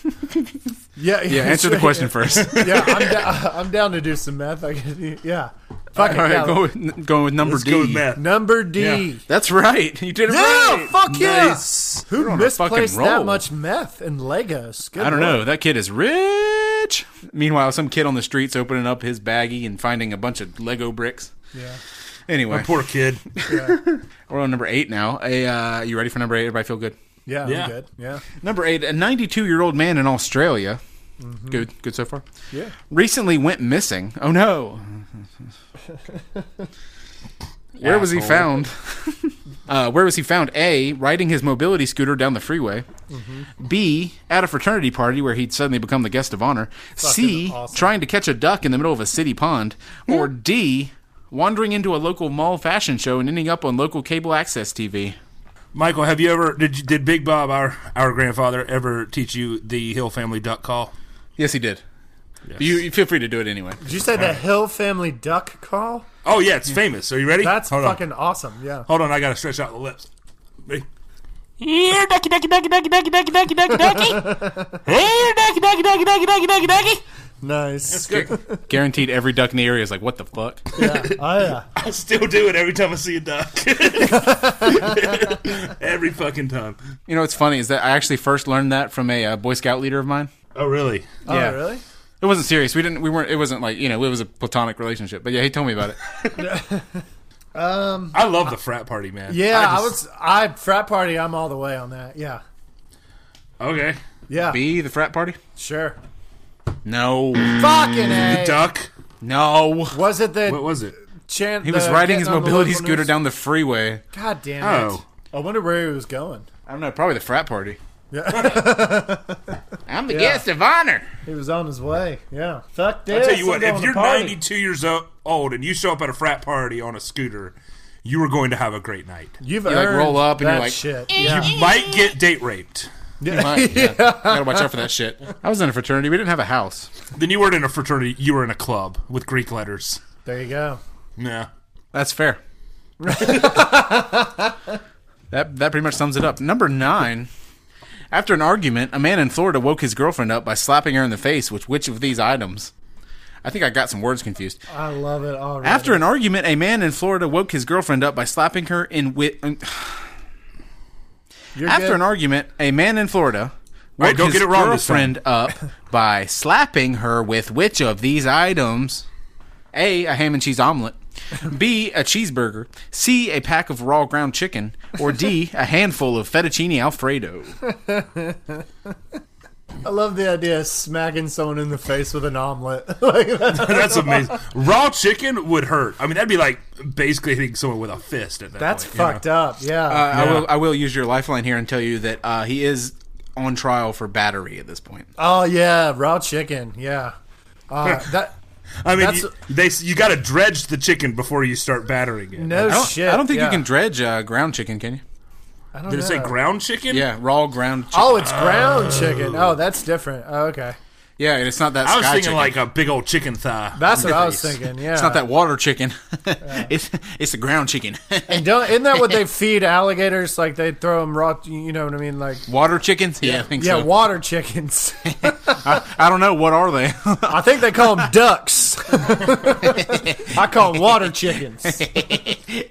Speaker 2: Yeah, [laughs]
Speaker 3: Yeah, answer the question first. [laughs]
Speaker 2: Yeah, I'm, da- [laughs] I'm down to do some meth. I can, [laughs] yeah. Fuck
Speaker 3: All
Speaker 2: it,
Speaker 3: right,
Speaker 2: yeah.
Speaker 3: go with, go with number
Speaker 1: Let's
Speaker 3: D.
Speaker 1: go with Matt.
Speaker 2: Number D.
Speaker 3: That's right. [laughs] You did it
Speaker 2: Yeah,
Speaker 3: right.
Speaker 2: fuck
Speaker 1: Nice.
Speaker 2: yeah. Who
Speaker 3: on a fucking
Speaker 2: misplaced
Speaker 3: roll.
Speaker 2: that much meth and Legos? Good
Speaker 3: I don't
Speaker 2: lord.
Speaker 3: know. That kid is rich. Meanwhile, some kid on the streets opening up his baggie and finding a bunch of Lego bricks.
Speaker 2: Yeah.
Speaker 3: Anyway,
Speaker 1: Poor kid.
Speaker 3: we're on number eight now. A, uh, you ready for number eight? Everybody feel good?
Speaker 2: Yeah, I'm
Speaker 1: Yeah.
Speaker 2: good. Yeah.
Speaker 3: Number eight, a 92 year old man in Australia. Good, good so far.
Speaker 2: Yeah.
Speaker 3: Recently went missing. Oh no. where was he
Speaker 1: Asshole.
Speaker 3: [laughs] found? uh, where was he found? A, riding his mobility scooter down the freeway. B, at a fraternity party where he'd suddenly become the guest of honor. C,
Speaker 2: awesome.
Speaker 3: trying to catch a duck in the middle of a city pond. Or D, wandering into a local mall fashion show and ending up on local cable access TV.
Speaker 1: Michael, have you ever did you, did Big Bob, our our grandfather, ever teach you the Hill family duck call?
Speaker 3: Yes, he did. You, you feel free to do it anyway.
Speaker 2: Did you say the Hill Family Duck call?
Speaker 1: Oh yeah, it's famous. Are you ready?
Speaker 2: That's
Speaker 1: Hold on.
Speaker 2: fucking awesome. Yeah.
Speaker 1: Hold on, I gotta stretch out the lips. Ready?
Speaker 5: Here, ducky, ducky, ducky, ducky, ducky, ducky, ducky, ducky, ducky. Here, ducky, ducky, ducky, ducky, ducky, ducky, ducky.
Speaker 2: Nice.
Speaker 3: Guaranteed, every duck in the area is like, "What the fuck?"
Speaker 2: Oh, yeah.
Speaker 1: [laughs] I still do it every time I see a duck. [laughs] every fucking time.
Speaker 3: You know what's funny is that I actually first learned that from a uh, Boy Scout leader of mine.
Speaker 1: Oh really?
Speaker 3: yeah,
Speaker 2: Oh, really?
Speaker 3: It wasn't serious. We didn't. We weren't. It wasn't like you know. It was a platonic relationship. But yeah, he told me [laughs] about it.
Speaker 1: I love the frat party, man.
Speaker 2: Yeah, I, was. I frat party. I'm all the way on that. Yeah.
Speaker 1: Okay.
Speaker 2: Yeah.
Speaker 3: B the frat party?
Speaker 2: Sure.
Speaker 3: No,
Speaker 2: Fucking a.
Speaker 1: Duck.
Speaker 3: no.
Speaker 2: Was it the
Speaker 1: What was it?
Speaker 2: chant?
Speaker 3: He was riding his mobility scooter down the freeway.
Speaker 2: God damn it!
Speaker 1: Oh.
Speaker 2: I wonder where he was going.
Speaker 3: I don't know. Probably the frat party. [laughs]
Speaker 2: Yeah,
Speaker 3: I'm the guest of honor.
Speaker 2: he was on his way. Yeah. Fuck this.
Speaker 1: I tell you what,
Speaker 2: I'm
Speaker 1: if
Speaker 2: going
Speaker 1: you're
Speaker 2: to party.
Speaker 1: 92 years o- old and you show up at a frat party on a scooter, you are going to have a great night.
Speaker 2: you've
Speaker 3: like,
Speaker 2: earned
Speaker 3: roll up and
Speaker 2: that
Speaker 3: you're like-
Speaker 2: shit. Yeah.
Speaker 1: You might get date raped.
Speaker 3: Right, [laughs] yeah. Gotta watch out for that shit. I was in a fraternity. We didn't have a house.
Speaker 1: Then you weren't in a fraternity, you were in a club with Greek letters.
Speaker 2: there you go.
Speaker 1: Yeah.
Speaker 3: That's fair. that that pretty much sums it up. Number nine. After an argument, a man in Florida woke his girlfriend up by slapping her in the face with which of these items? I think I got some words confused.
Speaker 2: Oh, I love it already.
Speaker 3: After an argument, a man in Florida woke his girlfriend up by slapping her in wit.
Speaker 2: You're
Speaker 3: After
Speaker 2: good.
Speaker 3: an argument, a man in Florida woke
Speaker 1: Wait, don't
Speaker 3: his
Speaker 1: get it wrong this time.
Speaker 3: girlfriend [laughs] up by slapping her with which of these items? A. A ham and cheese omelet. B. A cheeseburger. C. A pack of raw ground chicken. Or D. A handful of fettuccine [laughs] alfredo.
Speaker 2: I love the idea of smacking someone in the face with an omelet. [laughs] like that-
Speaker 1: [laughs] That's amazing. Raw chicken would hurt. I mean, that'd be like basically hitting someone with a fist at that
Speaker 2: That's
Speaker 1: point.
Speaker 2: fucked up. Yeah.
Speaker 3: Uh, I will. I will use your lifeline here and tell you that uh, he is on trial for battery at this point.
Speaker 2: oh yeah, raw chicken. Yeah. Uh, that
Speaker 1: I mean,
Speaker 2: that's-
Speaker 1: you, they, you got to dredge the chicken before you start battering it.
Speaker 2: no
Speaker 3: I don't,
Speaker 2: shit.
Speaker 3: Oh, I don't think
Speaker 2: yeah.
Speaker 3: you can dredge uh, ground chicken, can you?
Speaker 2: I don't
Speaker 1: Did it say
Speaker 2: know.
Speaker 1: ground chicken?
Speaker 3: Yeah, raw ground. chicken.
Speaker 2: Oh, it's ground chicken. Oh, that's different. Oh, okay,
Speaker 3: Yeah, and it's not that.
Speaker 1: I was
Speaker 3: sky
Speaker 1: thinking
Speaker 3: chicken.
Speaker 1: like a big old chicken thigh.
Speaker 2: that's what I was thinking. Yeah,
Speaker 3: It's not that water chicken. [laughs] it's it's the ground chicken. [laughs]
Speaker 2: And don't, isn't that what they feed alligators? Like they throw them raw. You know what I mean? Like
Speaker 3: water chickens? Yeah, I think
Speaker 2: yeah,
Speaker 3: so.
Speaker 2: water chickens.
Speaker 3: I, I don't know what are they.
Speaker 2: I think they call them ducks. [laughs] I call them water
Speaker 3: [laughs]
Speaker 2: chickens.
Speaker 3: [laughs]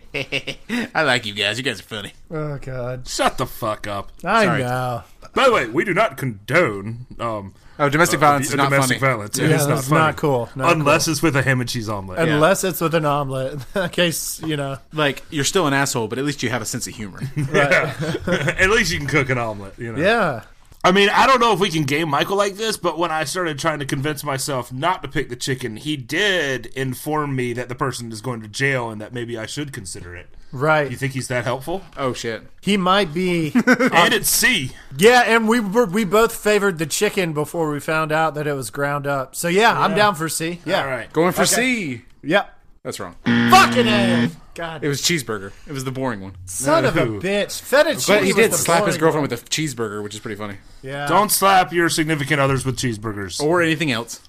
Speaker 3: I like you guys. You guys are funny.
Speaker 2: Oh God,
Speaker 1: Shut the fuck up.
Speaker 2: I
Speaker 3: Sorry.
Speaker 2: know.
Speaker 1: By the way, we do not condone um,
Speaker 3: Oh, domestic violence
Speaker 1: uh,
Speaker 3: is not
Speaker 1: domestic
Speaker 3: funny.
Speaker 1: violence. It
Speaker 2: Yeah,
Speaker 1: is not
Speaker 2: that's not
Speaker 1: funny.
Speaker 2: cool. Not
Speaker 1: Unless it's with a ham and cheese omelet.
Speaker 2: [laughs] Unless it's with an omelet, [laughs] in that case you know.
Speaker 3: Like you're still an asshole, but at least you have a sense of [laughs] humor.
Speaker 1: At least you can cook an omelet. You know.
Speaker 2: Yeah,
Speaker 1: I mean, I don't know if we can game Michael like this, but when I started trying to convince myself not to pick the chicken, he did inform me that the person is going to jail and that maybe I should consider it.
Speaker 2: right.
Speaker 1: You think he's that helpful?
Speaker 3: oh shit.
Speaker 2: He might be.
Speaker 1: and it's C.
Speaker 2: yeah, and we were, we both favored the chicken before we found out that it was ground up. So yeah, I'm down for C. Yeah,
Speaker 1: All right.
Speaker 3: Going for C.
Speaker 2: Yep.
Speaker 3: That's wrong.
Speaker 2: Fucking A. God
Speaker 3: It was cheeseburger. It was the boring one.
Speaker 2: Son of a
Speaker 1: No.
Speaker 2: bitch. Fettuccine.
Speaker 3: But he
Speaker 2: was
Speaker 3: did
Speaker 2: the
Speaker 3: slap his
Speaker 2: boring
Speaker 3: girlfriend with a cheeseburger, which is pretty funny.
Speaker 2: one. Yeah.
Speaker 1: Don't slap your significant others with cheeseburgers or,
Speaker 3: Or anything else.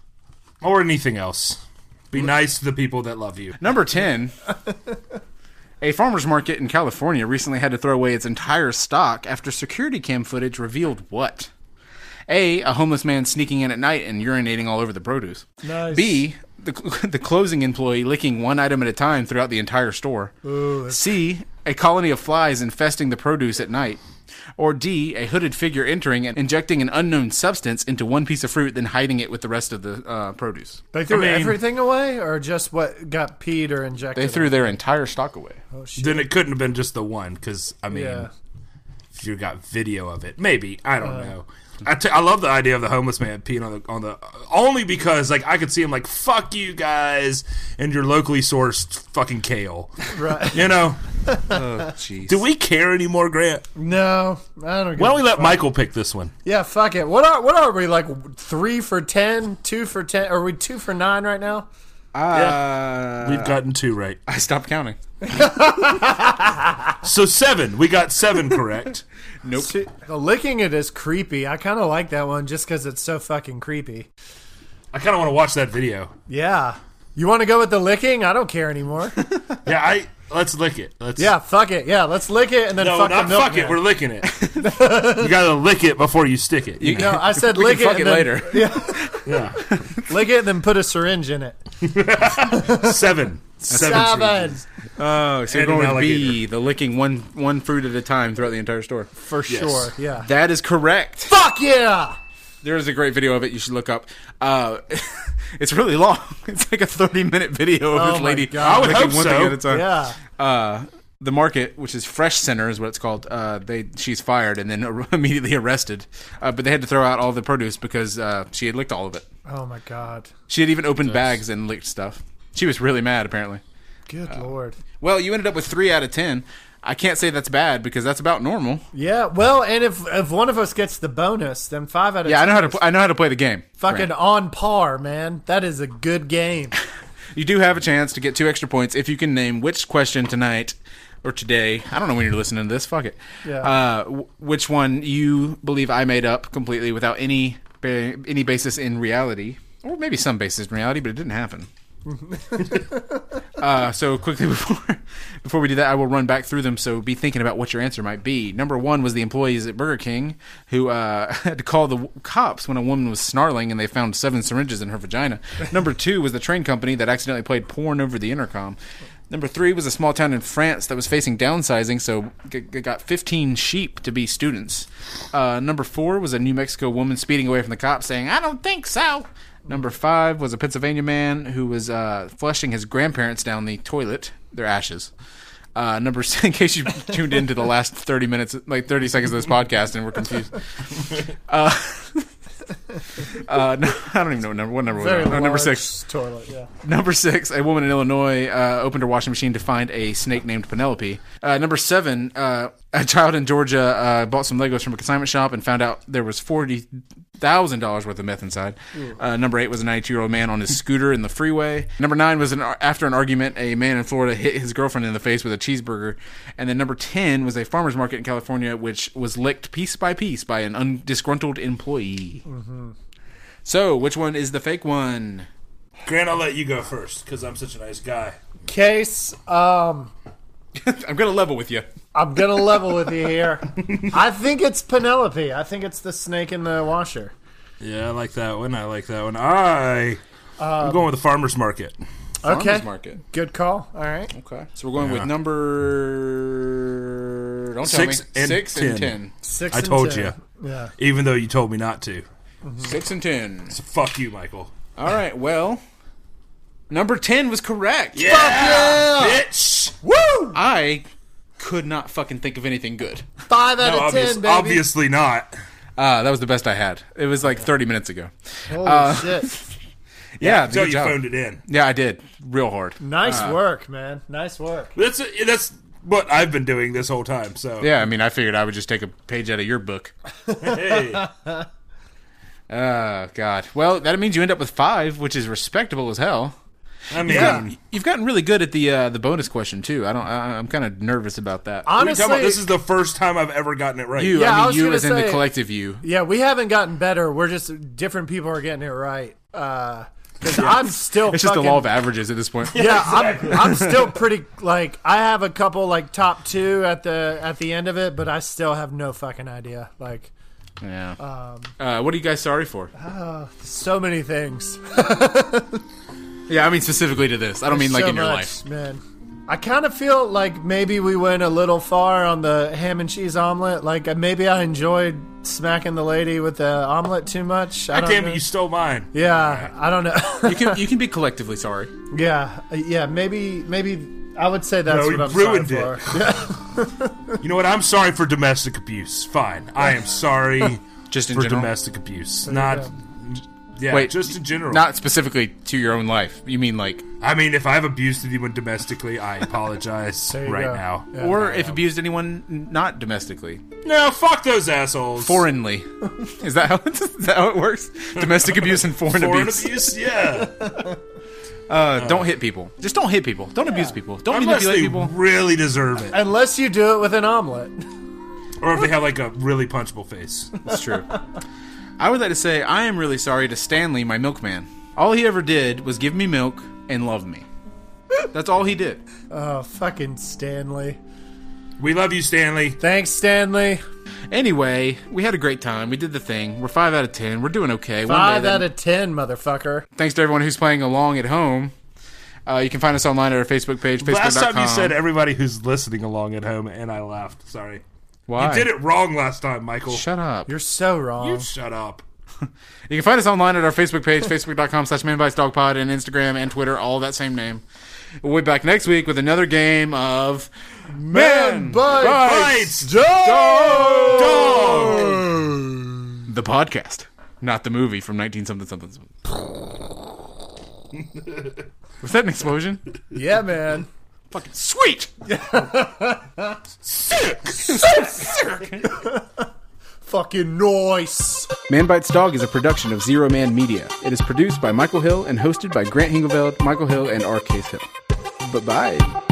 Speaker 1: anything else. Be nice to the people that love you.
Speaker 3: Number 10. A farmer's market in California recently had to throw away its entire stock after security cam footage revealed what? A, a homeless man sneaking in at night and urinating all over the produce.
Speaker 2: Nice.
Speaker 3: B, the, [laughs] the closing employee licking one item at a time throughout the entire store. C, a colony of flies infesting the produce at night. Or D, a hooded figure entering and injecting an unknown substance into one piece of fruit, then hiding it with the rest of the uh, produce.
Speaker 2: They threw
Speaker 1: I mean-
Speaker 2: everything away, or just what got peed or injected. Oh,
Speaker 3: They threw their entire stock away.
Speaker 1: Then it couldn't have been just the one because I mean,
Speaker 2: Yeah.
Speaker 1: if you got video of it, maybe I don't know. I, t- I love the idea of the homeless man peeing on the on the only because like I could see him like fuck you guys and your locally sourced fucking [laughs] kale.
Speaker 2: Right.
Speaker 1: You know,
Speaker 3: Oh, jeez.
Speaker 1: do we care anymore, Grant?
Speaker 2: No, I don't.
Speaker 1: Why
Speaker 2: Well,
Speaker 1: don't we let Michael pick this one?
Speaker 2: yeah, fuck it. What are what are we like? Three for ten, two for ten. Are we two for nine right now?
Speaker 3: Uh,
Speaker 1: We've gotten two right,
Speaker 3: I stopped counting.
Speaker 1: so seven. We got [laughs] seven correct.
Speaker 3: Nope.
Speaker 2: The licking it is creepy. I kind of like that one just because it's so fucking creepy.
Speaker 1: I kind of want to watch that video.
Speaker 2: Yeah. You want to go with the licking? I don't care anymore.
Speaker 1: Yeah, I let's lick it. Let's
Speaker 2: yeah, fuck it. Yeah, let's lick it and then
Speaker 1: No,
Speaker 2: fuck
Speaker 1: not
Speaker 2: the milk.
Speaker 1: fuck it. We're licking it. [laughs] you gotta lick it before you stick it.
Speaker 3: You-
Speaker 2: No, I said
Speaker 3: [laughs] we
Speaker 2: lick
Speaker 3: can
Speaker 2: it
Speaker 3: fuck
Speaker 2: and
Speaker 3: it
Speaker 2: then-
Speaker 3: later.
Speaker 1: Yeah.
Speaker 2: Lick it and then put a syringe in it.
Speaker 1: Seven. Seven. syringes.
Speaker 2: Seven.
Speaker 3: Oh, so you're
Speaker 1: And an
Speaker 3: going with B, the licking one one fruit at a time throughout the entire store.
Speaker 2: For sure. Yeah.
Speaker 3: That is correct.
Speaker 2: fuck yeah.
Speaker 3: There is a great video of it you should look up. Uh, [laughs] it's really long. [laughs] It's like a 30 minute video of
Speaker 2: Oh
Speaker 3: this
Speaker 2: my
Speaker 3: lady
Speaker 2: God. I would
Speaker 3: licking
Speaker 1: hope
Speaker 3: one
Speaker 1: so.
Speaker 3: thing at a time.
Speaker 2: Yeah.
Speaker 3: Uh, the market, which is Fresh Center, is what it's called. Uh, they she's fired and then [laughs] ar- immediately arrested. Uh, but they had to throw out all the produce because uh, she had licked all of it.
Speaker 2: Oh my god.
Speaker 3: She had even opened bags and licked stuff. She was really mad, apparently.
Speaker 2: Good
Speaker 3: Uh,
Speaker 2: lord.
Speaker 3: Well, you ended up with three out of ten. I can't say that's bad because that's about normal.
Speaker 2: Yeah. Well, and if if one of us gets the bonus, then five out of
Speaker 3: Yeah, I
Speaker 2: ten
Speaker 3: know how to. Pl- I know how to play the game.
Speaker 2: fucking
Speaker 3: Right.
Speaker 2: on par, man. That is a good
Speaker 3: [laughs]
Speaker 2: game.
Speaker 3: You do have a chance to get two extra points if you can name which question tonight or today. I don't know when you're listening to this. Fuck it.
Speaker 2: Yeah.
Speaker 3: Uh, w- which one you believe I made up completely without any ba- any basis in reality, or maybe some basis in reality, but it didn't happen. uh, so quickly [laughs] before before we do that, I will run back through them. So be thinking about what your answer might be. Number one was the employees at Burger King who uh, [laughs] had to call the w- cops when a woman was snarling and they found seven syringes in her vagina. Number two was the train company that accidentally played porn over the intercom. Number three was a small town in France that was facing downsizing, so g- g- got 15 sheep to be students. Uh, number four was a New Mexico woman speeding away from the cops, saying, "I don't think so." Number five was a Pennsylvania man who was uh, flushing his grandparents down the toilet, their ashes. Uh, number six, [laughs] in case you tuned into the last 30 minutes, like 30 seconds of this podcast and were confused. Uh, [laughs] uh, [laughs] no, I don't even know what number, what number
Speaker 2: Very
Speaker 3: was. Number
Speaker 2: large
Speaker 3: six.
Speaker 2: toilet. Yeah.
Speaker 3: Number six, a woman in Illinois uh, opened her washing machine to find a snake named Penelope. Uh, number seven, uh, a child in Georgia uh, bought some Legos from a consignment shop and found out there was forty thousand dollars worth of meth inside. Uh, number eight was a ninety-two-year-old man on his scooter in the freeway. Number nine was an ar- after an argument, a man in Florida hit his girlfriend in the face with a cheeseburger. And then number ten was a farmers market in California, which was licked piece by piece by an un- disgruntled employee. So, which one is the fake one?
Speaker 1: Grant, I'll let you go first because I'm such a nice guy.
Speaker 2: Case. Um.
Speaker 3: I'm gonna level with you.
Speaker 2: I'm gonna level with you
Speaker 3: [laughs]
Speaker 2: here. I think it's Penelope. I think it's the snake in the washer.
Speaker 1: Yeah, I like that one. I like that one. I. I'm going with the farmers market.
Speaker 2: Okay.
Speaker 3: Farmers market.
Speaker 2: Good call. All right.
Speaker 3: Okay. So we're going with number. Don't tell
Speaker 1: Six
Speaker 3: me.
Speaker 1: and
Speaker 3: six
Speaker 1: 10.
Speaker 3: and ten.
Speaker 2: Six.
Speaker 1: I
Speaker 2: and
Speaker 1: told
Speaker 2: ten.
Speaker 1: you.
Speaker 2: Yeah.
Speaker 1: Even though you told me not to.
Speaker 3: Six and ten.
Speaker 1: So fuck you, Michael.
Speaker 3: All right. Well, number ten was correct.
Speaker 1: Bitch!
Speaker 2: Woo!
Speaker 3: I could not fucking think of anything good.
Speaker 2: Five out of
Speaker 1: Obvious-
Speaker 2: ten, baby.
Speaker 1: obviously not.
Speaker 3: Uh, that was the best I had. It was like 30 minutes ago.
Speaker 2: Holy [laughs] shit!
Speaker 3: Yeah.
Speaker 1: So
Speaker 3: Good
Speaker 1: you
Speaker 3: job.
Speaker 1: phoned it in.
Speaker 3: Yeah, I did. Real hard.
Speaker 2: Nice
Speaker 3: Uh,
Speaker 2: work, man. Nice work.
Speaker 1: That's that's what I've been doing this whole time. So
Speaker 3: Yeah, I mean, I figured I would just take a page out of your book.
Speaker 1: [laughs] hey,
Speaker 3: Oh, God. Well, that means you end up with five, which is respectable as hell.
Speaker 1: I mean,
Speaker 3: You've gotten really good at the uh, the bonus question too. I don't. I, I'm kind of nervous about that.
Speaker 1: we talking about
Speaker 2: Honestly,
Speaker 1: this is the first time I've ever gotten it right.
Speaker 3: you,
Speaker 2: Yeah, I
Speaker 3: I mean,
Speaker 2: was
Speaker 3: you
Speaker 2: gonna
Speaker 3: as in the
Speaker 2: say-
Speaker 3: collective you.
Speaker 2: yeah, we haven't gotten better. We're just different people are getting it right. Uh, 'cause I'm still.
Speaker 3: It's just the
Speaker 2: fucking-
Speaker 3: law of averages at this point.
Speaker 2: Yeah, I'm, I'm still pretty like I have a couple like top two at the at the end of it, but I still have no fucking idea. Like
Speaker 3: [laughs] Yeah.
Speaker 2: Um,
Speaker 3: uh, what are you guys sorry for?
Speaker 2: So many things.
Speaker 3: Yeah, I mean specifically to this. I don't mean like
Speaker 2: so
Speaker 3: in your life.
Speaker 2: much, man. I kind of feel like maybe we went a little far on the ham and cheese omelet. Like uh, maybe I enjoyed smacking the lady with the omelet too much. I
Speaker 1: God
Speaker 2: don't
Speaker 1: damn
Speaker 2: know.
Speaker 1: it, you stole mine.
Speaker 2: Yeah, I don't know. [laughs]
Speaker 3: You can you can be collectively sorry.
Speaker 2: yeah, uh, yeah. Maybe, maybe I would say that's
Speaker 1: No,
Speaker 2: what
Speaker 1: you
Speaker 2: I'm
Speaker 1: ruined
Speaker 2: sorry
Speaker 1: it.
Speaker 2: for.
Speaker 1: You know what? I'm sorry for domestic abuse. Fine. I am sorry
Speaker 3: [laughs] Just in
Speaker 1: for
Speaker 3: general.
Speaker 1: domestic abuse. Not. Yeah,
Speaker 3: Wait,
Speaker 1: just in general.
Speaker 3: Not specifically to your own life. You mean like
Speaker 1: I mean, if I've abused anyone domestically, I apologize
Speaker 2: you
Speaker 1: right
Speaker 2: go.
Speaker 1: now.
Speaker 2: Yeah.
Speaker 3: or if abused anyone n- not domestically.
Speaker 1: No, fuck those assholes.
Speaker 2: [laughs]
Speaker 3: Foreignly. is that how [laughs] it's, is that how it works? Domestic abuse and foreign,
Speaker 1: Foreign
Speaker 3: abuse.
Speaker 1: abuse? [laughs] Yeah.
Speaker 3: Uh, don't hit people. Just don't hit people. Don't abuse people. Don't
Speaker 1: Unless
Speaker 3: manipulate
Speaker 1: they
Speaker 3: people.
Speaker 1: really deserve it.
Speaker 2: Unless you do it with an omelet.
Speaker 1: Or if they have, like, a really punchable face.
Speaker 3: That's true. I would like to say I am really sorry to Stanley, my milkman. All he ever did was give me milk and love me. That's all he did.
Speaker 2: Oh, fucking Stanley.
Speaker 1: We love you, Stanley.
Speaker 2: Thanks, Stanley.
Speaker 3: Anyway, we had a great time. We did the thing. We're five out of ten. We're doing okay. One
Speaker 2: Five
Speaker 3: day
Speaker 2: out
Speaker 3: then-
Speaker 2: of ten, motherfucker.
Speaker 3: Thanks to everyone who's playing along at home. Uh, you can find us online at our Facebook page. Facebook.com.
Speaker 1: Last time you said everybody who's listening along at home, and I laughed. Sorry.
Speaker 3: Why?
Speaker 1: You did it wrong last time, Michael.
Speaker 3: Shut up.
Speaker 2: You're so wrong.
Speaker 1: Shut up.
Speaker 3: You can find us online at our Facebook page, facebook.com slash manbitesdogpod, and Instagram and Twitter, all that same name. We'll be back next week with another game of Man,
Speaker 2: Bites
Speaker 1: Bites
Speaker 3: Dog!
Speaker 1: Dog!
Speaker 3: The podcast, not the movie from 19 something something. something. Was that an explosion?
Speaker 2: yeah, man.
Speaker 3: Fucking
Speaker 2: [laughs]
Speaker 3: sweet!
Speaker 2: Fucking noise.
Speaker 3: Man Bites Dog is a production of Zero Man Media. It is produced by Michael Hill and hosted by Grant Hingeveld, Michael Hill, and R. Case Hill. Bye bye.